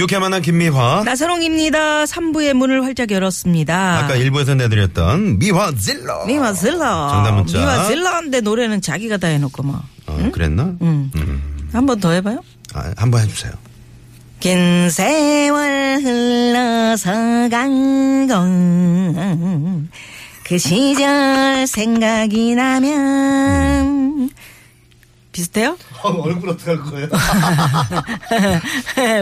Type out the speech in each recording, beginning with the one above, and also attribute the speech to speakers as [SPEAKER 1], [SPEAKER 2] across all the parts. [SPEAKER 1] 유쾌한 만남 김미화.
[SPEAKER 2] 나선홍입니다. 3부의 문을 활짝 열었습니다.
[SPEAKER 1] 아까 일부에서 내드렸던 미화 질러.
[SPEAKER 2] 미와 질러.
[SPEAKER 1] 정답 문자.
[SPEAKER 2] 미와 질러인데 노래는 자기가 다 해놓고 뭐.
[SPEAKER 1] 어, 그랬나?
[SPEAKER 2] 음.
[SPEAKER 1] 음.
[SPEAKER 2] 한 번 더 해봐요.
[SPEAKER 1] 아, 한번 해주세요.
[SPEAKER 2] 긴 세월 흘러서 간건그 시절 생각이 나면 비슷해요?
[SPEAKER 1] 얼굴 어떻게 할 거예요?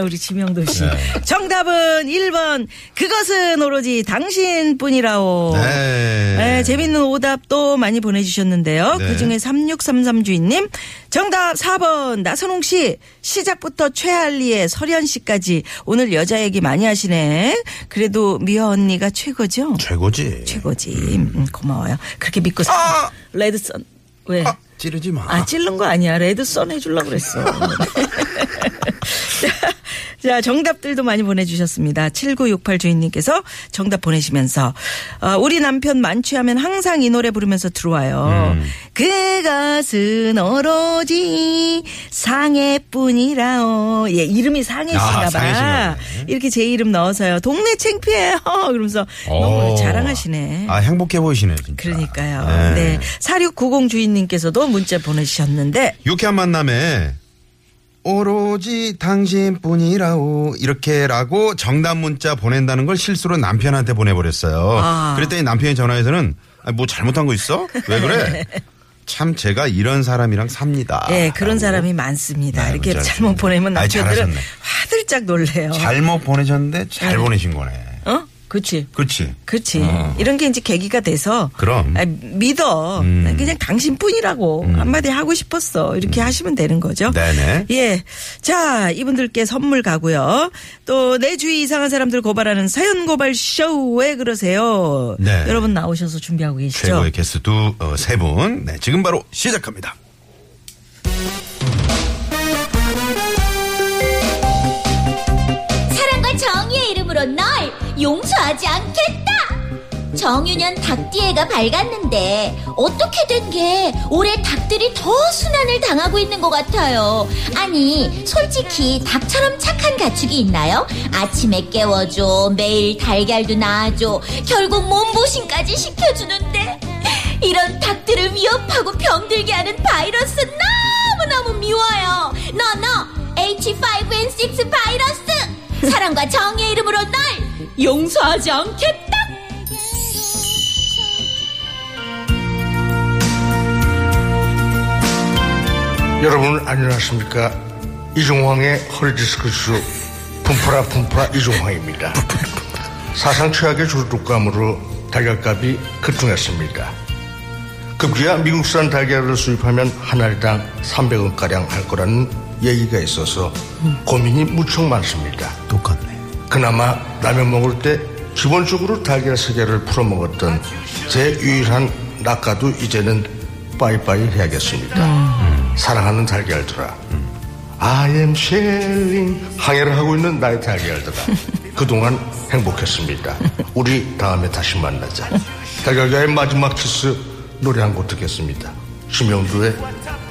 [SPEAKER 2] 우리 지명도 씨.
[SPEAKER 1] 네.
[SPEAKER 2] 정답은 1번. 그것은 오로지 당신뿐이라오.
[SPEAKER 1] 네.
[SPEAKER 2] 네, 재밌는 오답도 많이 보내주셨는데요.
[SPEAKER 1] 네.
[SPEAKER 2] 그 중에 3633 주인님. 정답 4번. 나선홍 씨. 시작부터 최할리의 설현 씨까지 오늘 여자 얘기 많이 하시네. 그래도 미화 언니가 최고죠?
[SPEAKER 1] 최고지.
[SPEAKER 2] 최고지. 음, 고마워요. 그렇게 믿고 사. 레드썬. 왜?
[SPEAKER 1] 아, 찌르지 마.
[SPEAKER 2] 아, 찔른 거 아니야. 레드썬 해주려고 그랬어. 자, 자, 정답들도 많이 보내주셨습니다. 7968 주인님께서 정답 보내시면서, 어, 우리 남편 만취하면 항상 이 노래 부르면서 들어와요. 그 그것은 오로지 상해뿐이라오. 예, 이름이
[SPEAKER 1] 아,
[SPEAKER 2] 상해씨나 봐.
[SPEAKER 1] 상해씨네.
[SPEAKER 2] 이렇게 제 이름 넣어서요. 동네 창피해요. 그러면서
[SPEAKER 1] 오.
[SPEAKER 2] 너무 자랑하시네.
[SPEAKER 1] 아, 행복해 보이시네, 진짜.
[SPEAKER 2] 그러니까요. 네. 4690 주인님께서도 문자 보내주셨는데,
[SPEAKER 1] 유쾌한 만남에 오로지 당신뿐이라오 이렇게라고 정답 문자 보낸다는 걸 실수로 남편한테 보내버렸어요.
[SPEAKER 2] 아.
[SPEAKER 1] 그랬더니 남편이 전화해서는 아니, 뭐 잘못한 거 있어? 왜 그래? 참 제가 이런 사람이랑 삽니다.
[SPEAKER 2] 예, 그런
[SPEAKER 1] 라고.
[SPEAKER 2] 사람이 많습니다.
[SPEAKER 1] 아, 네,
[SPEAKER 2] 이렇게
[SPEAKER 1] 문자
[SPEAKER 2] 잘못
[SPEAKER 1] 주셨는데.
[SPEAKER 2] 보내면
[SPEAKER 1] 아이,
[SPEAKER 2] 남편들은
[SPEAKER 1] 잘하셨네.
[SPEAKER 2] 화들짝 놀래요.
[SPEAKER 1] 잘못 보내셨는데 잘
[SPEAKER 2] 예.
[SPEAKER 1] 보내신 거네.
[SPEAKER 2] 어? 그치.
[SPEAKER 1] 그렇지.
[SPEAKER 2] 그치.
[SPEAKER 1] 어.
[SPEAKER 2] 이런 게 이제 계기가 돼서.
[SPEAKER 1] 그럼.
[SPEAKER 2] 아, 믿어.
[SPEAKER 1] 음.
[SPEAKER 2] 난 그냥 당신뿐이라고 한마디 하고 싶었어. 이렇게 하시면 되는 거죠.
[SPEAKER 1] 네네.
[SPEAKER 2] 예. 자, 이분들께 선물 가고요. 또 내 주위 이상한 사람들 고발하는 사연 고발 쇼왜 그러세요?
[SPEAKER 1] 네.
[SPEAKER 2] 여러분 나오셔서 준비하고 계시죠?
[SPEAKER 1] 최고의 게스트 두, 어, 세 분. 네, 지금 바로 시작합니다.
[SPEAKER 3] 사랑과 정의의 이름으로 널 용서하지 않겠다. 정유년 닭띠해가 밝았는데 어떻게 된 게 올해 닭들이 더 순환을 당하고 있는 것 같아요. 아니 솔직히 닭처럼 착한 가축이 있나요? 아침에 깨워줘 매일 달걀도 낳아줘 결국 몸보신까지 시켜주는데 이런 닭들을 위협하고 병들게 하는 바이러스 너무너무 미워요. 너너 H5N6 바이러스 사랑과 정의의 이름으로 널 용서하지 않겠다.
[SPEAKER 4] 여러분 안녕하십니까 이종황의 허리디스크 쇼 품프라 품프라 이종황입니다 사상 최악의 주독감으로 달걀값이 급등했습니다 급기야 미국산 달걀을 수입하면 한 알당 300원가량 할 거라는 얘기가 있어서 고민이 무척 많습니다
[SPEAKER 1] 똑같네.
[SPEAKER 4] 그나마 라면 먹을 때 기본적으로 달걀 세 개를 풀어 먹었던 제 유일한 낙가도 이제는 빠이빠이 해야겠습니다. 사랑하는 달걀들아. I am shelling 항해를 하고 있는 나의 달걀들아. 그동안 행복했습니다. 우리 다음에 다시 만나자. 달걀과의 마지막 키스 노래 한 곡 듣겠습니다. 심영주의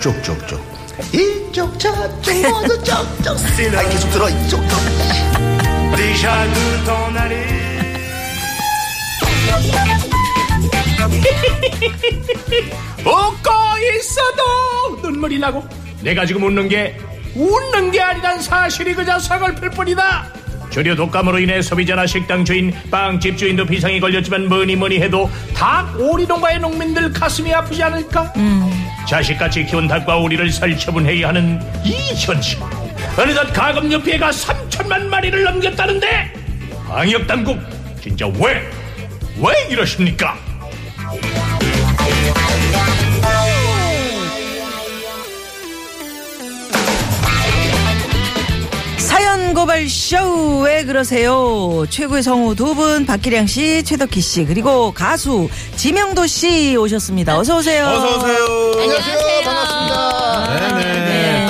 [SPEAKER 4] 쪽쪽쪽. 이쪽 저쪽 모두 쪽쪽. 아 계속 들어 이쪽 저쪽.
[SPEAKER 5] 웃고 있어도 눈물이 나고 내가 지금 웃는 게 웃는 게 아니란 사실이 그저 서글플 뿐이다 주류 독감으로 인해 소비자나 식당 주인, 빵집 주인도 비상이 걸렸지만 뭐니 뭐니 해도 닭 오리 농가의 농민들 가슴이 아프지 않을까? 자식같이 키운 닭과 오리를 살처분해야 하는 이 현실 어느덧 가금류 피해가 3천만 마리를 넘겼다는데 방역당국 진짜 왜? 왜 이러십니까?
[SPEAKER 2] 사연 고발 쇼! 왜 그러세요? 최고의 성우 두 분, 박기량 씨, 최덕희 씨, 그리고 가수 지명도 씨 오셨습니다. 어서오세요.
[SPEAKER 1] 어서오세요.
[SPEAKER 3] 안녕하세요. 반갑습니다.
[SPEAKER 1] 네네.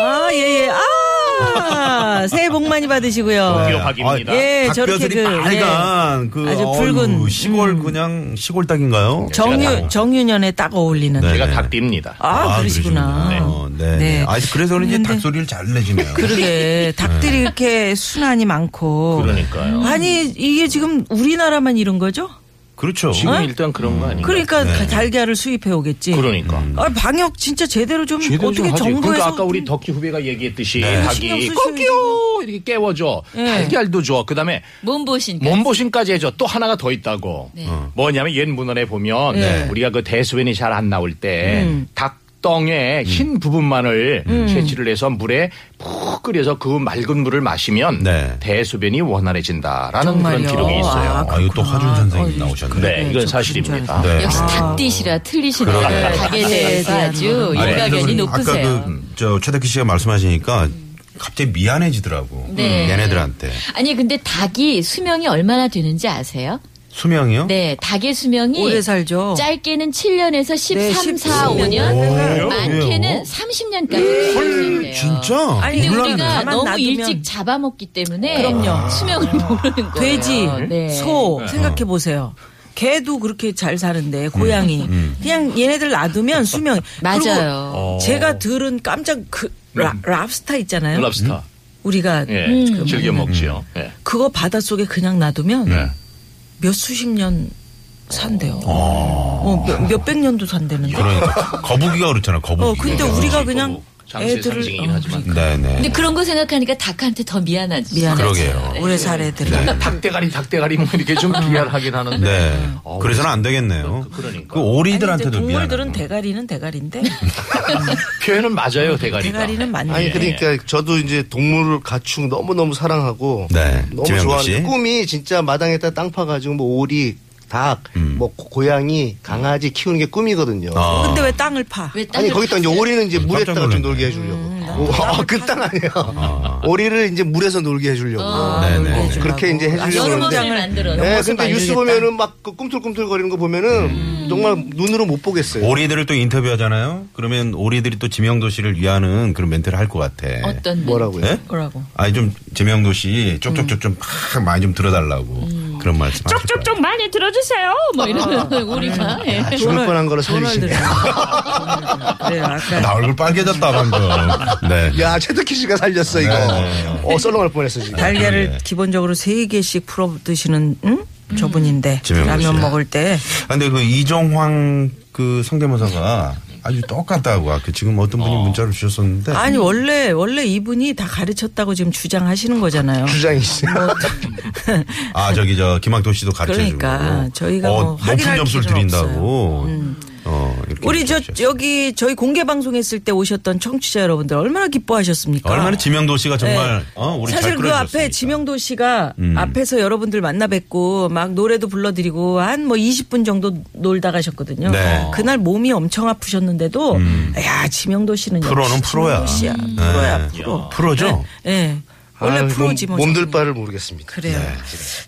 [SPEAKER 2] 아, 예, 예. 아! 새해 복 많이 받으시고요.
[SPEAKER 5] 네. 박입니다.
[SPEAKER 2] 예, 저렇게
[SPEAKER 1] 닭뼈들이
[SPEAKER 2] 그,
[SPEAKER 1] 빨간 그
[SPEAKER 2] 아주
[SPEAKER 1] 어우,
[SPEAKER 2] 붉은, 음.
[SPEAKER 1] 시골 그냥 시골 닭인가요?
[SPEAKER 2] 정유, 정유년에 딱 어울리는.
[SPEAKER 1] 네.
[SPEAKER 5] 제가 닭띠입니다.
[SPEAKER 2] 아, 그러시구나.
[SPEAKER 1] 그러시구나. 네.
[SPEAKER 2] 네.
[SPEAKER 1] 네. 아, 그래서 그런지
[SPEAKER 2] 근데-
[SPEAKER 1] 닭 소리를 잘 내시네요.
[SPEAKER 2] 그러게 닭들이 이렇게 순환이
[SPEAKER 5] 어.
[SPEAKER 2] 많고
[SPEAKER 5] 그러니까요.
[SPEAKER 2] 아니 이게 지금 우리나라만 이런 거죠? 아,
[SPEAKER 1] 그렇죠.
[SPEAKER 5] 지금 일단 그런 거 아닌가요?
[SPEAKER 2] 어? 그러니까 달걀을 수입해 오겠지.
[SPEAKER 5] 그러니까.
[SPEAKER 2] 아, 방역 진짜 제대로 좀
[SPEAKER 5] 제대로 좀
[SPEAKER 2] 어떻게
[SPEAKER 5] 하지.
[SPEAKER 2] 정부에서
[SPEAKER 5] 그러니까 아까 우리 덕희 후배가 얘기했듯이
[SPEAKER 2] 신경 네.
[SPEAKER 5] 닭이
[SPEAKER 2] 쓰시는
[SPEAKER 5] 꺾여 이렇게 깨워줘 달걀도 줘 그다음에
[SPEAKER 6] 몸보신.
[SPEAKER 5] 몸보신까지 해줘 또 하나가 더 있다고
[SPEAKER 2] 네.
[SPEAKER 5] 뭐냐면 옛 문헌에 보면 우리가 그 대소변이 잘 안 나올 때
[SPEAKER 2] 음.
[SPEAKER 5] 닭덩에 흰 부분만을 채취를 해서 물에 푹 끓여서 그 맑은 물을 마시면
[SPEAKER 1] 네.
[SPEAKER 5] 대소변이 원활해진다라는
[SPEAKER 2] 정말요?
[SPEAKER 5] 그런 기록이
[SPEAKER 2] 아,
[SPEAKER 5] 있어요.
[SPEAKER 1] 아, 이거 또 화준 선생님
[SPEAKER 2] 어,
[SPEAKER 1] 나오셨네.
[SPEAKER 5] 네,
[SPEAKER 2] 네,
[SPEAKER 5] 이건
[SPEAKER 2] 저
[SPEAKER 5] 사실입니다.
[SPEAKER 1] 네.
[SPEAKER 6] 역시 닭디시라 틀리시네요.
[SPEAKER 1] 그러게요.
[SPEAKER 6] 닭에 대해서
[SPEAKER 2] 닭에
[SPEAKER 6] 아주
[SPEAKER 2] 대한
[SPEAKER 1] 아니,
[SPEAKER 6] 일가견이
[SPEAKER 1] 그래서 아까
[SPEAKER 6] 높으세요.
[SPEAKER 1] 그저 최덕희 씨가 말씀하시니까 갑자기 미안해지더라고. 음,
[SPEAKER 6] 네.
[SPEAKER 1] 얘네들한테
[SPEAKER 6] 아니 근데 닭이 수명이 얼마나 되는지 아세요?
[SPEAKER 1] 수명이요?
[SPEAKER 6] 네, 닭의 수명이
[SPEAKER 2] 오래 살죠.
[SPEAKER 6] 짧게는 7년에서 13,
[SPEAKER 2] 14,
[SPEAKER 6] 4, 5년,
[SPEAKER 1] 오,
[SPEAKER 6] 많게는
[SPEAKER 1] 왜요?
[SPEAKER 6] 30년까지 살수있대요
[SPEAKER 1] 진짜?
[SPEAKER 2] 아니,
[SPEAKER 6] 근데
[SPEAKER 2] 몰랐네.
[SPEAKER 6] 우리가
[SPEAKER 2] 가만
[SPEAKER 6] 너무
[SPEAKER 2] 놔두면-
[SPEAKER 6] 일찍 잡아먹기 때문에
[SPEAKER 2] 그럼요.
[SPEAKER 6] 수명을 모르는 거예요.
[SPEAKER 2] 돼지,
[SPEAKER 6] 네.
[SPEAKER 2] 소 생각해 보세요. 개도 그렇게 잘 사는데 고양이
[SPEAKER 5] 음,
[SPEAKER 2] 그냥 얘네들 놔두면 수명
[SPEAKER 6] 맞아요. 어.
[SPEAKER 2] 그리고 제가 들은 깜짝 그 라, 랍스타 있잖아요.
[SPEAKER 5] 네. 랍스터
[SPEAKER 2] 우리가 그뭐
[SPEAKER 5] 예, 즐겨 먹지요.
[SPEAKER 4] 음.
[SPEAKER 5] 예.
[SPEAKER 2] 그거 바닷속에 그냥 놔두면
[SPEAKER 5] 네. 아.
[SPEAKER 2] 몇 수십 년 산대요. 어, 몇, 백 년도 산대는데.
[SPEAKER 1] 그러니까 거북이가 그렇잖아. 거북이.
[SPEAKER 2] 어, 근데 우리가 그냥
[SPEAKER 5] 장수의
[SPEAKER 2] 애들을
[SPEAKER 5] 상징이긴
[SPEAKER 2] 어,
[SPEAKER 5] 하지만.
[SPEAKER 1] 네네.
[SPEAKER 6] 근데 그런 거 생각하니까 닭한테 더 미안하지.
[SPEAKER 2] 미안하지.
[SPEAKER 1] 그러게요.
[SPEAKER 2] 오래 살 애들을.
[SPEAKER 5] 그러니까 닭대가리 닭대가리 뭐 이렇게 좀 비하하긴 하는데
[SPEAKER 1] 네.
[SPEAKER 5] 어,
[SPEAKER 1] 그래서는 안 되겠네요.
[SPEAKER 5] 그- 그러니까.
[SPEAKER 1] 그
[SPEAKER 2] 아니, 이제
[SPEAKER 1] 오리들한테도
[SPEAKER 2] 동물들은
[SPEAKER 1] 미안해요.
[SPEAKER 2] 대가리는 대가리인데
[SPEAKER 5] 표현은 맞아요 대가리가.
[SPEAKER 2] 대가리는 맞네.
[SPEAKER 5] 아,
[SPEAKER 4] 아니
[SPEAKER 5] 예.
[SPEAKER 4] 그러니까 저도 이제 동물 가축 너무 너무 사랑하고
[SPEAKER 1] 네,
[SPEAKER 4] 너무
[SPEAKER 1] 지명도 씨.
[SPEAKER 4] 좋아하는 꿈이 진짜 마당에다 땅 파가지고 뭐 오리, 닭, 뭐 고- 고양이, 강아지 키우는 게 꿈이거든요.
[SPEAKER 1] 음. 아.
[SPEAKER 2] 근데 왜 땅을 파?
[SPEAKER 6] 왜 땅을
[SPEAKER 5] 예.
[SPEAKER 4] 아니 거기다 이제 오리는 이제 물에다가 좀
[SPEAKER 1] 놀랐네.
[SPEAKER 4] 놀게 해주려고. 그 땅 아니야. 오리를 이제 물에서 놀게 해주려고.
[SPEAKER 1] 네네.
[SPEAKER 2] 왜 주려고.
[SPEAKER 4] 그렇게 이제 해주려고
[SPEAKER 6] 연못을
[SPEAKER 4] 그러는데.
[SPEAKER 6] 만들어요.
[SPEAKER 4] 네,
[SPEAKER 2] 연못을
[SPEAKER 4] 근데 뉴스
[SPEAKER 2] 만들겠다.
[SPEAKER 4] 보면은 막그 꿈틀꿈틀거리는 거 보면은
[SPEAKER 7] 음.
[SPEAKER 4] 정말 눈으로 못 보겠어요.
[SPEAKER 1] 오리들을 또 인터뷰하잖아요. 그러면 오리들이 또 지명도 씨를 위하는 그런 멘트를 할 것 같아.
[SPEAKER 6] 어떤
[SPEAKER 4] 뭐라고요?
[SPEAKER 1] 네?
[SPEAKER 2] 뭐라고?
[SPEAKER 1] 아니 좀 지명도 씨 쪽쪽쪽 좀 팍, 많이 좀 들어달라고 그런 말씀. 음. 쪽쪽쪽
[SPEAKER 6] 많이 들어주세요. 뭐 이러면 우리가 예.
[SPEAKER 2] 네,
[SPEAKER 4] 죽을 뻔한 거라 소리시네.
[SPEAKER 2] 그래 네, 아까
[SPEAKER 1] 나 얼굴 빨개졌다 방금. 네.
[SPEAKER 4] 야, 최덕희 씨가 살렸어, 이거. 어, 썰렁할 뻔했어, 지금.
[SPEAKER 2] 달걀을
[SPEAKER 4] 네.
[SPEAKER 2] 기본적으로 세 개씩 풀어 드시는 응?
[SPEAKER 4] 음.
[SPEAKER 2] 저분인데
[SPEAKER 1] 지명도
[SPEAKER 2] 라면
[SPEAKER 1] 씨.
[SPEAKER 2] 먹을 때
[SPEAKER 1] 아, 근데 그 이정황 그 성대모사가 아주 똑같다고 아까 그 지금 어떤 분이 문자를 주셨었는데
[SPEAKER 2] 아니 원래 원래 이분이 다 가르쳤다고 지금 주장하시는 거잖아요.
[SPEAKER 4] 주장이 있어요.
[SPEAKER 2] 뭐,
[SPEAKER 1] 아 저기 저 김학도 씨도 가르쳐주고
[SPEAKER 2] 그러니까 저희가 뭐
[SPEAKER 1] 어,
[SPEAKER 2] 확인할
[SPEAKER 1] 높은 점수를
[SPEAKER 2] 필요는 음.
[SPEAKER 1] 드린다고 어 이렇게
[SPEAKER 2] 우리 저
[SPEAKER 4] 그렇죠.
[SPEAKER 1] 주셨어요.
[SPEAKER 2] 여기 저희 공개 방송했을 때 오셨던 청취자 여러분들 얼마나 기뻐하셨습니까?
[SPEAKER 1] 아, 얼마나 지명도 씨가 정말
[SPEAKER 2] 네.
[SPEAKER 1] 어 우리
[SPEAKER 2] 사실
[SPEAKER 1] 잘 음.
[SPEAKER 2] 그 앞에
[SPEAKER 1] 끌어주셨으니까.
[SPEAKER 2] 지명도 씨가 앞에서 여러분들 만나 뵙고 막 노래도 불러드리고 한 뭐 20분 정도 놀다 가셨거든요.
[SPEAKER 1] 네. 음.
[SPEAKER 2] 그날 몸이 엄청 아프셨는데도 야 지명도 씨는
[SPEAKER 1] 프로는
[SPEAKER 2] 역시
[SPEAKER 1] 프로야.
[SPEAKER 2] 지명도 씨야.
[SPEAKER 1] 음.
[SPEAKER 2] 프로야
[SPEAKER 1] 네.
[SPEAKER 2] 프로.
[SPEAKER 1] 프로죠?
[SPEAKER 2] 예. 원래
[SPEAKER 4] 아유,
[SPEAKER 2] 프로지 뭐.
[SPEAKER 4] 몸, 몸들 바를 모르겠습니다. 네.
[SPEAKER 2] 그래요.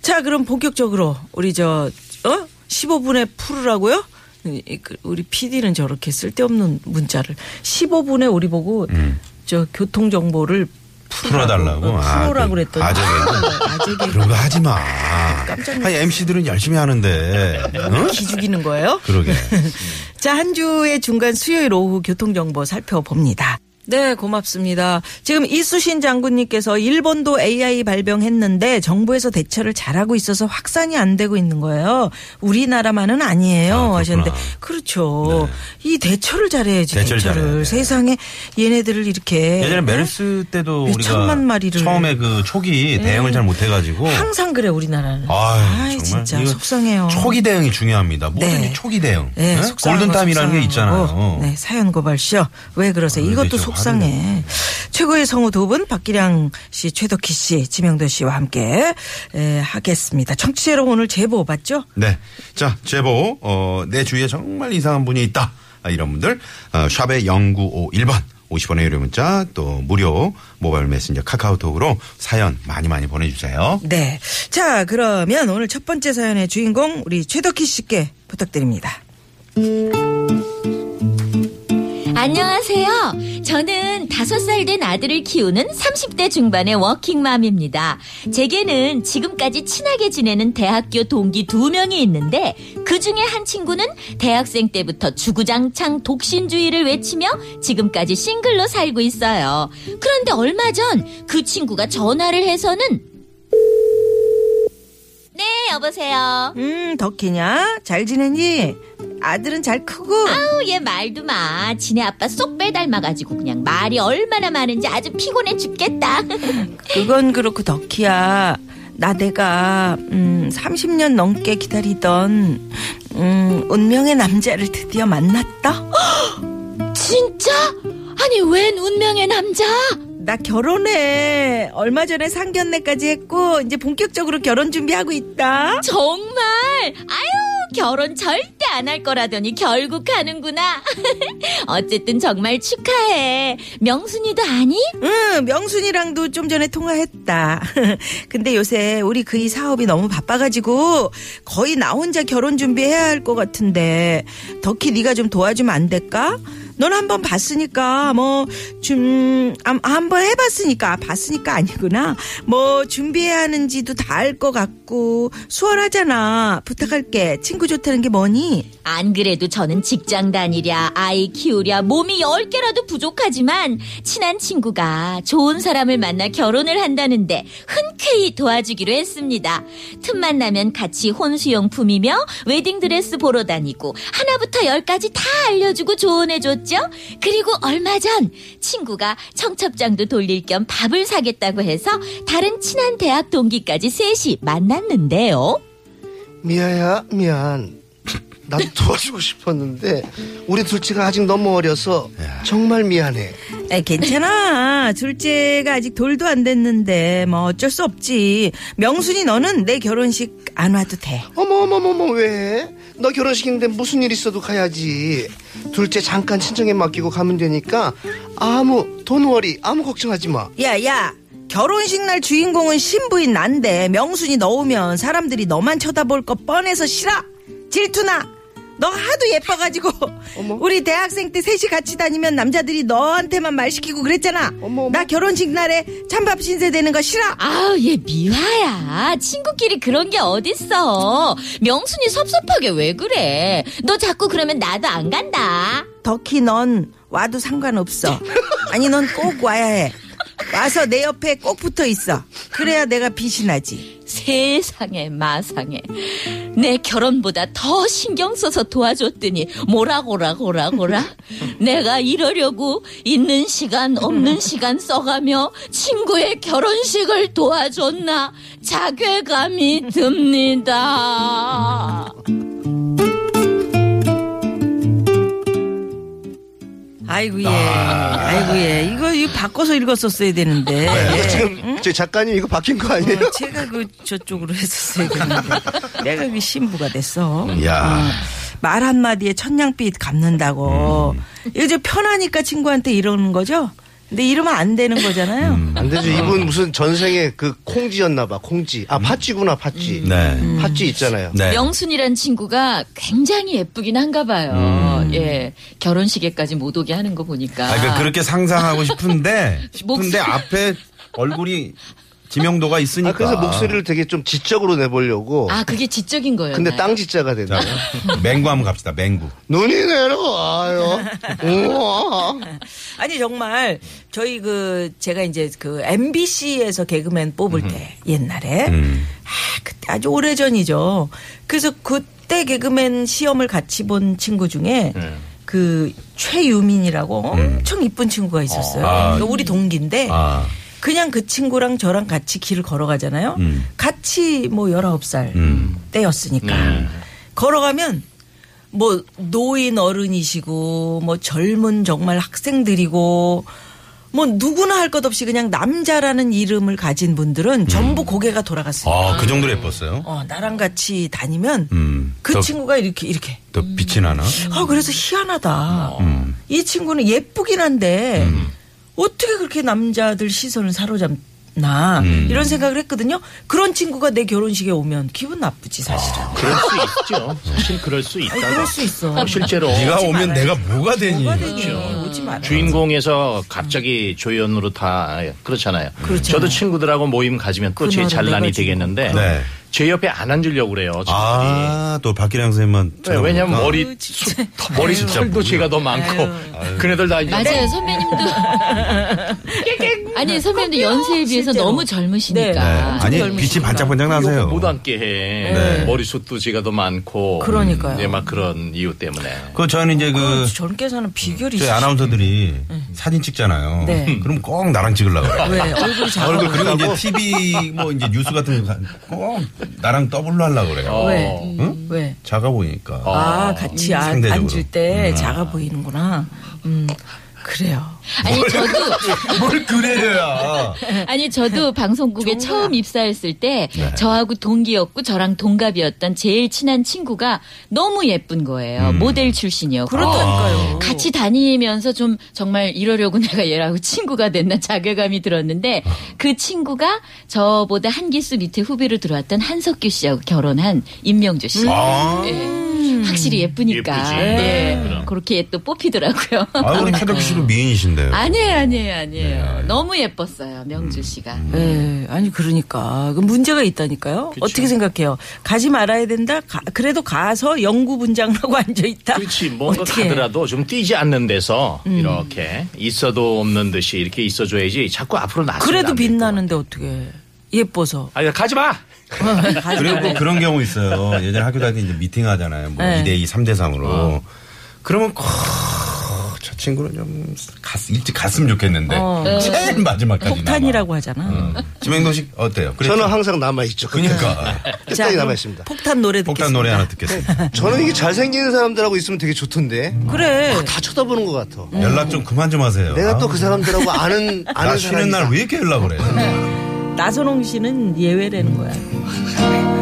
[SPEAKER 2] 자, 그럼 본격적으로 우리 저, 어? 15분에 풀으라고요? 이- 이- 그 우리 PD는 저렇게 쓸데없는 문자를 15분에 우리 보고
[SPEAKER 1] 음.
[SPEAKER 2] 저 교통 정보를
[SPEAKER 1] 풀어달라고. 아,
[SPEAKER 2] 풀어라고
[SPEAKER 1] 그
[SPEAKER 2] 뭐 그랬더니
[SPEAKER 1] 아재 개그.
[SPEAKER 2] 아재개
[SPEAKER 1] 그런 거 하지 마. 아니, MC들은 열심히 하는데. 응?
[SPEAKER 2] 네. 뭐 기죽이는 거예요?
[SPEAKER 1] 그러게.
[SPEAKER 2] 네. 자, 한 주의 중간 수요일 오후 교통정보 살펴봅니다. 네, 고맙습니다. 지금 이수신 장군님께서 일본도 AI 발병했는데 정부에서 대처를 잘하고 있어서 확산이 안 되고 있는 거예요. 우리나라만은 아니에요.
[SPEAKER 1] 그렇구나. 네.
[SPEAKER 2] 하셨는데. 그렇죠. 이 대처를 잘해야지.
[SPEAKER 1] 대처를
[SPEAKER 2] 대처를.
[SPEAKER 1] 잘해야 돼.
[SPEAKER 2] 세상에 얘네들을 이렇게.
[SPEAKER 1] 예전에 메르스 때도
[SPEAKER 2] 왜
[SPEAKER 1] 우리가
[SPEAKER 2] 그 천만 마리를. 네.
[SPEAKER 1] 처음에 그 초기 대응을 잘 못해가지고.
[SPEAKER 2] 항상 그래, 우리나라는.
[SPEAKER 1] 아유,
[SPEAKER 2] 아이,
[SPEAKER 1] 정말.
[SPEAKER 2] 진짜
[SPEAKER 1] 이거
[SPEAKER 2] 속상해요.
[SPEAKER 1] 초기 대응이 중요합니다. 뭐든지
[SPEAKER 2] 네.
[SPEAKER 1] 초기 대응.
[SPEAKER 2] 네,
[SPEAKER 1] 응?
[SPEAKER 2] 속상한 거,
[SPEAKER 1] 골든타임이라는 게
[SPEAKER 2] 속상한
[SPEAKER 1] 있잖아요.
[SPEAKER 2] 거. 네, 사연 고발쇼. 왜 그러세요?
[SPEAKER 1] 아,
[SPEAKER 2] 이것도
[SPEAKER 1] 근데 좀 화를
[SPEAKER 2] 속상해. 최고의 성우 두 분, 박기량 씨, 최덕희 씨, 지명도 씨와 함께 에, 하겠습니다. 청취자 여러분 오늘 제보 받죠?
[SPEAKER 1] 네. 자, 제보, 어, 내 주위에 정말 이상한 분이 있다. 아, 이런 분들, 어, 샵의 0951번, 50원의 유료 문자 또 무료 모바일 메신저 카카오톡으로 사연 많이 많이 보내주세요.
[SPEAKER 2] 네. 자, 그러면 오늘 첫 번째 사연의 주인공 우리 최덕희 씨께 부탁드립니다.
[SPEAKER 3] 안녕하세요. 저는 다섯 살 된 아들을 키우는 30대 중반의 워킹맘입니다. 제게는 지금까지 친하게 지내는 대학교 동기 두 명이 있는데 그 중에 한 친구는 대학생 때부터 주구장창 독신주의를 외치며 지금까지 싱글로 살고 있어요. 그런데 얼마 전 그 친구가 전화를 해서는 네, 여보세요.
[SPEAKER 2] 음, 덕희냐? 잘 지내니? 아들은 잘 크고.
[SPEAKER 3] 아우 얘 말도 마 지네 아빠 쏙 빼닮아가지고 그냥 말이 얼마나 많은지 아주 피곤해 죽겠다
[SPEAKER 2] 그건 그렇고 덕희야. 나 내가 음 30년 넘게 기다리던 음 운명의 남자를 드디어 만났다.
[SPEAKER 3] 진짜? 아니 웬 운명의 남자
[SPEAKER 2] 나 결혼해. 얼마 전에 상견례까지 했고 이제 본격적으로 결혼 준비하고 있다.
[SPEAKER 3] 정말 아유 결혼 절대 안 할 거라더니 결국 하는구나 어쨌든 정말 축하해 명순이도 아니?
[SPEAKER 2] 응, 명순이랑도 좀 전에 통화했다. 근데 요새 우리 그이 사업이 너무 바빠가지고 거의 나 혼자 결혼 준비해야 할 것 같은데 덕희 네가 좀 도와주면 안 될까? 넌 한번 봤으니까 뭐 뭐좀 한번 해봤으니까 아, 봤으니까 아니구나. 뭐 준비해야 하는지도 다 알 것 같고 수월하잖아. 부탁할게. 친구 좋다는 게 뭐니?
[SPEAKER 3] 안 그래도 저는 직장 다니랴, 아이 키우랴, 몸이 열개라도 부족하지만, 친한 친구가 좋은 사람을 만나 결혼을 한다는데, 흔쾌히 도와주기로 했습니다. 틈만 나면 같이 혼수용품이며, 웨딩드레스 보러 다니고, 하나부터 열까지 다 알려주고 조언해줬죠? 그리고 얼마 전, 친구가 청첩장도 돌릴 겸 밥을 사겠다고 해서, 다른 친한 대학 동기까지 셋이 만났는데요.
[SPEAKER 4] 미아야 미안 나도 도와주고 싶었는데 우리 둘째가 아직 너무 어려서 정말 미안해
[SPEAKER 2] 에, 괜찮아. 둘째가 아직 돌도 안 됐는데 뭐 어쩔 수 없지. 명순이 너는 내 결혼식 안 와도 돼.
[SPEAKER 4] 어머 어머 어머 왜? 너 결혼식인데 무슨 일 있어도 가야지. 둘째 잠깐 친정에 맡기고 가면 되니까 아무 돈월이 아무 걱정하지 마.
[SPEAKER 2] 야, 야. 결혼식 날 주인공은 신부인 난데 명순이 넣으면 사람들이 너만 쳐다볼 것 뻔해서 싫어. 질투나. 너 하도 예뻐가지고
[SPEAKER 4] 어머.
[SPEAKER 2] 우리 대학생 때 셋이 같이 다니면 남자들이 너한테만 말 시키고 그랬잖아.
[SPEAKER 4] 어머, 어머.
[SPEAKER 2] 나 결혼식 날에 찬밥 신세 되는 거 싫어.
[SPEAKER 3] 아우 얘 미화야 친구끼리 그런 게 어딨어 명순이 섭섭하게 왜 그래 너 자꾸 그러면 나도 안 간다
[SPEAKER 2] 덕희 넌 와도 상관없어. 아니 넌 꼭 와야 해. 와서 내 옆에 꼭 붙어 있어. 그래야 내가 빛이 나지.
[SPEAKER 3] 세상에 마상에 내 결혼보다 더 신경 써서 도와줬더니 뭐라고라고라고라 내가 이러려고 있는 시간 없는 시간 써가며 친구의 결혼식을 도와줬나 자괴감이 듭니다
[SPEAKER 2] 아이고 예. 아이고 예. 이거 이거 바꿔서 읽었었어야 되는데.
[SPEAKER 4] 이거 지금 저 작가님 이거 바뀐 거 아니에요?
[SPEAKER 2] 예. 어, 제가 그 저쪽으로 했었어야 되는데 내가 그 신부가 됐어.
[SPEAKER 4] 예.
[SPEAKER 2] 음.
[SPEAKER 1] 야
[SPEAKER 2] 말 한마디에 천냥빛 갚는다고. 이제 편하니까 친구한테 이러는 거죠? 근데 이러면 안 되는 거잖아요.
[SPEAKER 4] 안 되죠. 이분
[SPEAKER 5] 어.
[SPEAKER 4] 무슨 전생에 그 콩쥐였나 봐. 콩쥐.
[SPEAKER 7] 음.
[SPEAKER 4] 아 팥쥐구나 팥쥐.
[SPEAKER 1] 네. 음.
[SPEAKER 4] 팥쥐 있잖아요.
[SPEAKER 1] 네.
[SPEAKER 6] 명순이란 친구가 굉장히 예쁘긴 한가 봐요. 예. 결혼식에까지 못 오게 하는 거 보니까.
[SPEAKER 1] 음. 아, 그러니까 그렇게 상상하고 싶은데
[SPEAKER 6] 목소리.
[SPEAKER 1] 싶은데 앞에 얼굴이 지명도가 있으니까.
[SPEAKER 4] 아 그래서 목소리를 되게 좀 지적으로 내보려고.
[SPEAKER 6] 게 아, 지적인 거예요.
[SPEAKER 4] 근데 땅지자가 되네.
[SPEAKER 1] 자, 맹구 한번 갑시다. 맹구.
[SPEAKER 4] 눈이 내려와요.
[SPEAKER 5] 네.
[SPEAKER 4] 우와.
[SPEAKER 2] 아니 정말 저희 그 제가 이제 그 MBC에서 개그맨 뽑을 때 옛날에 아, 그때 아주 오래 전이죠. 그래서 그때 개그맨 시험을 같이 본 친구 중에 그 최유민이라고 엄청 이쁜 친구가 있었어요. 그러니까 우리 동기인데
[SPEAKER 1] 아.
[SPEAKER 2] 그냥 그 친구랑 저랑 같이 길을 걸어가잖아요.
[SPEAKER 1] 음.
[SPEAKER 2] 같이 뭐 19살
[SPEAKER 1] 음. 네.
[SPEAKER 2] 때였으니까. 걸어가면 뭐 노인 어른이시고 뭐 젊은 정말 학생들이고 뭐 누구나 할 것 없이 그냥 남자라는 이름을 가진 분들은 전부 고개가 돌아갔어요.
[SPEAKER 1] 음. 아, 그 정도로 예뻤어요.
[SPEAKER 2] 어, 나랑 같이 다니면
[SPEAKER 1] 음,
[SPEAKER 2] 그
[SPEAKER 1] 더-
[SPEAKER 2] 친구가 이렇게 이렇게.
[SPEAKER 1] 또 빛이 나나?
[SPEAKER 2] 아 그래서 희한하다.
[SPEAKER 1] 음.
[SPEAKER 2] 이 친구는 예쁘긴 한데 어떻게 그렇게 남자들 시선을 사로잡나
[SPEAKER 1] 음.
[SPEAKER 2] 이런 생각을 했거든요. 그런 친구가 내 결혼식에 오면 기분 나쁘지 사실은.
[SPEAKER 1] 아.
[SPEAKER 5] 그럴 수 있죠. 사실 그럴 수 있다.
[SPEAKER 2] 아니, 그럴 수 있어.
[SPEAKER 5] 어, 실제로
[SPEAKER 1] 네가 오면 내가 뭐가 되니?
[SPEAKER 2] 뭐가 되니?
[SPEAKER 1] 그렇죠.
[SPEAKER 2] 오지 마라.
[SPEAKER 5] 주인공에서 갑자기 조연으로 다 예, 그렇잖아요.
[SPEAKER 2] 그렇잖아요.
[SPEAKER 5] 저도 친구들하고 모임 그렇죠. 가지면 또 제
[SPEAKER 2] 그날은
[SPEAKER 5] 잘난이
[SPEAKER 2] 내가 지금
[SPEAKER 5] 되겠는데
[SPEAKER 1] 네.
[SPEAKER 5] 제 옆에 안 앉으려고 그래요. 친구들이.
[SPEAKER 1] 아, 또 박기량 선생님만.
[SPEAKER 5] 네,
[SPEAKER 1] 찾아보니까.
[SPEAKER 5] 왜냐면 머리
[SPEAKER 2] 아유,
[SPEAKER 5] 숱,
[SPEAKER 2] 진짜.
[SPEAKER 5] 더- 머리
[SPEAKER 1] 아유.
[SPEAKER 5] 숱도 제가 더 많고 그네들 다 이제
[SPEAKER 6] 맞아요 선배님도 아니 선배님도 연세에 비해서
[SPEAKER 2] 실제로.
[SPEAKER 6] 너무
[SPEAKER 1] 네.
[SPEAKER 6] 젊으시니까
[SPEAKER 1] 아니, 빛이 반짝반짝 나세요.
[SPEAKER 5] 뭐 못 앉게 해. 머리 숱도 제가 더 많고
[SPEAKER 2] 그러니까요.
[SPEAKER 5] 예, 막 그런 이유 때문에.
[SPEAKER 1] 그 저는 이제
[SPEAKER 2] 아,
[SPEAKER 1] 그
[SPEAKER 2] 젊게서는 비결이
[SPEAKER 1] 저희
[SPEAKER 2] 있으시네.
[SPEAKER 1] 아나운서들이 사진 찍잖아요.
[SPEAKER 2] 네.
[SPEAKER 1] 그럼 꼭 나랑 찍으려고 그래요.
[SPEAKER 2] 왜 얼굴이 작아?
[SPEAKER 1] 얼굴 그리고 이제 TV 뭐 이제 뉴스 같은 거꼭 나랑 더블로 하려고 그래요.
[SPEAKER 5] 어.
[SPEAKER 2] 왜?
[SPEAKER 1] 응?
[SPEAKER 2] 왜?
[SPEAKER 1] 작아 보이니까.
[SPEAKER 2] 아 같이 아-
[SPEAKER 1] 상대적으로. 음.
[SPEAKER 2] 앉을 때 작아 보이는구나. 음 그래요.
[SPEAKER 6] 아니 저도
[SPEAKER 1] 뭘 그래야.
[SPEAKER 6] 아니 저도 방송국에 처음 입사했을 때 저하고 동기였고 저랑 동갑이었던 제일 친한 친구가 너무 예쁜 거예요. 모델 출신이었고 아.
[SPEAKER 2] 그렇다니까요.
[SPEAKER 6] 같이 다니면서 좀 정말 이러려고 내가 얘랑 친구가 됐나 자괴감이 들었는데 그 친구가 저보다 한 기수 밑에 후배로 들어왔던 한석규 씨하고 결혼한 임명주 씨.
[SPEAKER 1] 아.
[SPEAKER 6] 예. 확실히 예쁘니까
[SPEAKER 5] 예쁘지.
[SPEAKER 6] 예.
[SPEAKER 5] 네, 그럼.
[SPEAKER 6] 그렇게 또 뽑히더라고요.
[SPEAKER 1] 아, 우리 최덕 씨도 미인이신데요.
[SPEAKER 6] 아니에요, 아니에요, 아니에요. 너무 예뻤어요, 명주 씨가.
[SPEAKER 2] 예, 아니 그러니까 그 문제가 있다니까요. 어떻게 생각해요? 가지 말아야 된다. 가- 그래도 가서 연구 분장하고 앉아 있다.
[SPEAKER 5] 그렇지 뭔가 가더라도 좀 뛰지 않는 데서
[SPEAKER 2] 음.
[SPEAKER 5] 이렇게 있어도 없는 듯이 이렇게 있어줘야지 자꾸 앞으로 나가.
[SPEAKER 2] 그래도 빛나는데 어떻게 예뻐서
[SPEAKER 5] 아니 가지 마.
[SPEAKER 2] 가지
[SPEAKER 1] 그리고
[SPEAKER 2] 말아야
[SPEAKER 1] 뭐 그런 경우 있어요. 예전에 학교 다닐 때 이제 미팅 하잖아요. 뭐
[SPEAKER 2] 네. 어.
[SPEAKER 1] 2대2, 3대3으로. 그러면 콕, 저 친구는 좀 갔- 일찍 갔으면 좋겠는데. 제일 마지막까지.
[SPEAKER 2] 어. 네.
[SPEAKER 1] 어.
[SPEAKER 2] 폭탄이라고 하잖아.
[SPEAKER 1] 지명도식 어때요? 그랬죠?
[SPEAKER 4] 저는 항상 남아있죠.
[SPEAKER 1] 그러니까.
[SPEAKER 2] 네. 자,
[SPEAKER 4] 끝까지
[SPEAKER 2] 그럼
[SPEAKER 4] 남아있습니다.
[SPEAKER 2] 폭탄 노래 듣겠습니다. 네.
[SPEAKER 1] 폭탄 노래 하나 듣겠습니다.
[SPEAKER 4] 저는 이게 잘생기는 사람들하고 있으면 되게 좋던데
[SPEAKER 2] 그래.
[SPEAKER 4] 다 쳐다보는 것 같아.
[SPEAKER 1] 음. 연락 좀 그만 좀 하세요.
[SPEAKER 4] 내가 또 그 사람들하고 아는
[SPEAKER 1] 나
[SPEAKER 4] 아는
[SPEAKER 1] 쉬는 날 왜 이렇게 연락을
[SPEAKER 2] 네.
[SPEAKER 1] 해?
[SPEAKER 2] 나선홍 씨는 예외라는 거야.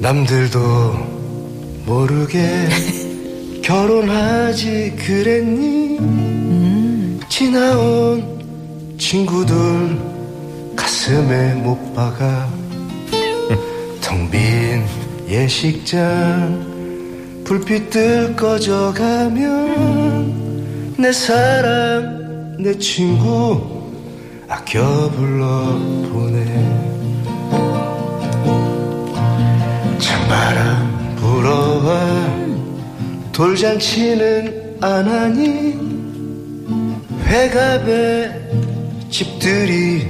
[SPEAKER 4] 남들도 모르게 결혼하지 그랬니 지나온 친구들 가슴에 못 박아 텅 빈 예식장 불빛들 꺼져가면 내 사랑 내 친구 아껴 불러 보내 찬바람 불어와 돌잔치는 안 하니 회갑의 집들이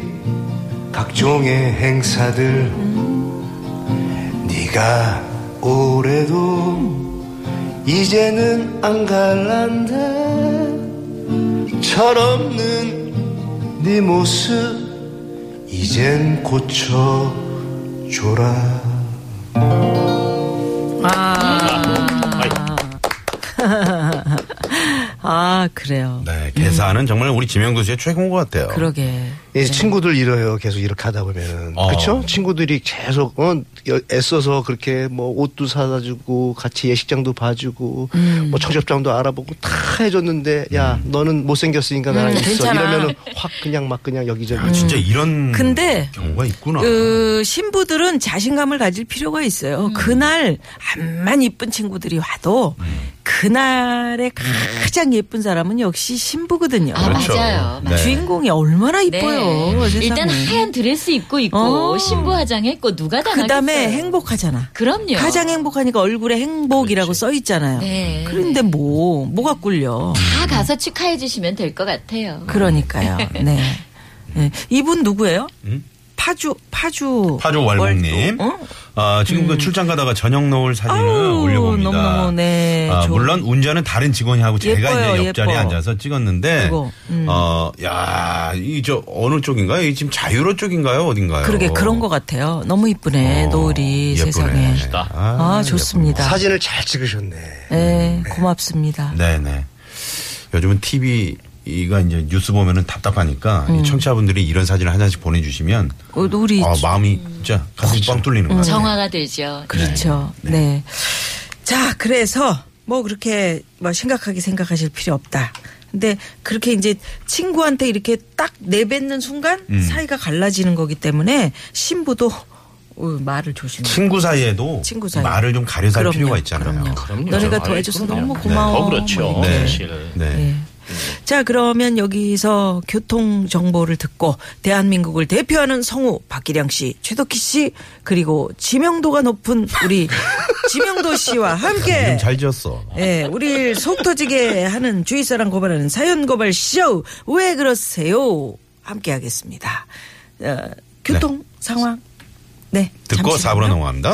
[SPEAKER 4] 각종의 행사들 네가 올해도 이제는 안 갈란다 철없는 네 모습 이젠 고쳐줘라
[SPEAKER 2] 아 그래요.
[SPEAKER 1] 네, 계산은 정말 우리 지명도 씨의 최고인 것 같아요.
[SPEAKER 2] 그러게.
[SPEAKER 4] 이 예, 친구들 잃어요. 계속 이렇게 하다 보면은.
[SPEAKER 1] 어.
[SPEAKER 4] 그쵸? 친구들이 계속, 어, 여- 애써서 그렇게 뭐 옷도 사다 주고 같이 예식장도 봐주고
[SPEAKER 2] 음.
[SPEAKER 4] 뭐 청첩장도 알아보고 다 해줬는데 야, 너는 못생겼으니까 나랑
[SPEAKER 2] 음,
[SPEAKER 4] 있어.
[SPEAKER 2] 괜찮아.
[SPEAKER 4] 이러면은 확 그냥 막 그냥 여기저기.
[SPEAKER 1] 아, 진짜 이런
[SPEAKER 2] 음. 근데
[SPEAKER 1] 경우가 있구나.
[SPEAKER 6] 어.
[SPEAKER 2] 그 신부들은 자신감을 가질 필요가 있어요.
[SPEAKER 6] 음.
[SPEAKER 2] 그날 암만 이쁜 친구들이 와도
[SPEAKER 6] 음.
[SPEAKER 2] 그날의 가장 예쁜 사람은 역시 신부거든요.
[SPEAKER 6] 아,
[SPEAKER 1] 그렇죠.
[SPEAKER 6] 맞아요.
[SPEAKER 1] 네.
[SPEAKER 2] 주인공이 얼마나
[SPEAKER 6] 네.
[SPEAKER 2] 이뻐요. 그 세상에.
[SPEAKER 6] 일단 하얀 드레스 입고 있고
[SPEAKER 2] 어.
[SPEAKER 6] 신부 화장 했고 누가 당하겠어요?
[SPEAKER 2] 그다음에 행복하잖아.
[SPEAKER 6] 그럼요. 그렇죠.
[SPEAKER 2] 가장 행복하니까 얼굴에 행복이라고 써 있잖아요.
[SPEAKER 6] 네.
[SPEAKER 2] 그런데 뭐 뭐가 꿀려?
[SPEAKER 6] 다 가서 축하해 주시면 될 것 같아요.
[SPEAKER 2] 그러니까요. 네. 네. 이분 누구예요?
[SPEAKER 6] 음?
[SPEAKER 2] 파주 파주
[SPEAKER 1] 파조 왈봉님.
[SPEAKER 2] 월도. 어?
[SPEAKER 1] 아, 지금 그 출장 가다가 저녁 노을 사진을
[SPEAKER 2] 아우,
[SPEAKER 1] 올려봅니다.
[SPEAKER 2] 너무너무, 네,
[SPEAKER 1] 아,
[SPEAKER 2] 좋은.
[SPEAKER 1] 물론 운전은 다른 직원이 하고 제가
[SPEAKER 2] 예뻐요,
[SPEAKER 1] 이제 옆자리에
[SPEAKER 2] 예뻐.
[SPEAKER 1] 앉아서 찍었는데,
[SPEAKER 2] 그거, 음.
[SPEAKER 1] 어, 야, 이 저 어느 쪽인가요? 이 지금 자유로 쪽인가요? 어딘가요?
[SPEAKER 2] 그러게 그런 것 같아요. 너무 이쁘네
[SPEAKER 1] 어,
[SPEAKER 2] 노을이
[SPEAKER 1] 예쁘네.
[SPEAKER 2] 세상에. 아, 좋습니다.
[SPEAKER 4] 사진을 잘 찍으셨네.
[SPEAKER 2] 네, 고맙습니다.
[SPEAKER 1] 네네. 요즘은 TV 가 이제 뉴스 보면은 답답하니까 이 청취자분들이 이런 사진을 한 장씩 보내주시면
[SPEAKER 2] 음. 어, 우리
[SPEAKER 1] 아, 마음이 진짜 가슴이 뻥 뚫리는 거예요.
[SPEAKER 6] 정화가 되죠.
[SPEAKER 2] 그렇죠. 네. 자, 그래서 뭐 그렇게 뭐 심각하게 생각하실 필요 없다. 근데 그렇게 이제 친구한테 이렇게 딱 내뱉는 순간
[SPEAKER 1] 음.
[SPEAKER 2] 사이가 갈라지는 거기 때문에 신부도 어, 말을 조심해.
[SPEAKER 1] 친구 사이에도
[SPEAKER 2] 친구 사이.
[SPEAKER 1] 말을 좀 가려서 할
[SPEAKER 2] 그럼요,
[SPEAKER 1] 필요가 있잖아요.
[SPEAKER 2] 그럼요. 너네가 도와줘서 너무 고마워.
[SPEAKER 5] 더 그렇죠.
[SPEAKER 1] 네.
[SPEAKER 5] 사실은.
[SPEAKER 1] 네.
[SPEAKER 2] 예. 자, 그러면 여기서 교통 정보를 듣고 대한민국을 대표하는 성우 박기량 씨, 최덕희 씨, 그리고 지명도가 높은 우리 지명도 씨와 함께
[SPEAKER 1] 이름 잘 지었어.
[SPEAKER 2] 예, 우리 속 터지게 하는 주위 사람 고발하는 사연 고발 쇼. 왜 그러세요? 함께 하겠습니다. 어, 교통 상황. 네.
[SPEAKER 1] 듣고
[SPEAKER 2] 잠시만요.
[SPEAKER 1] 사부로 넘어갑니다.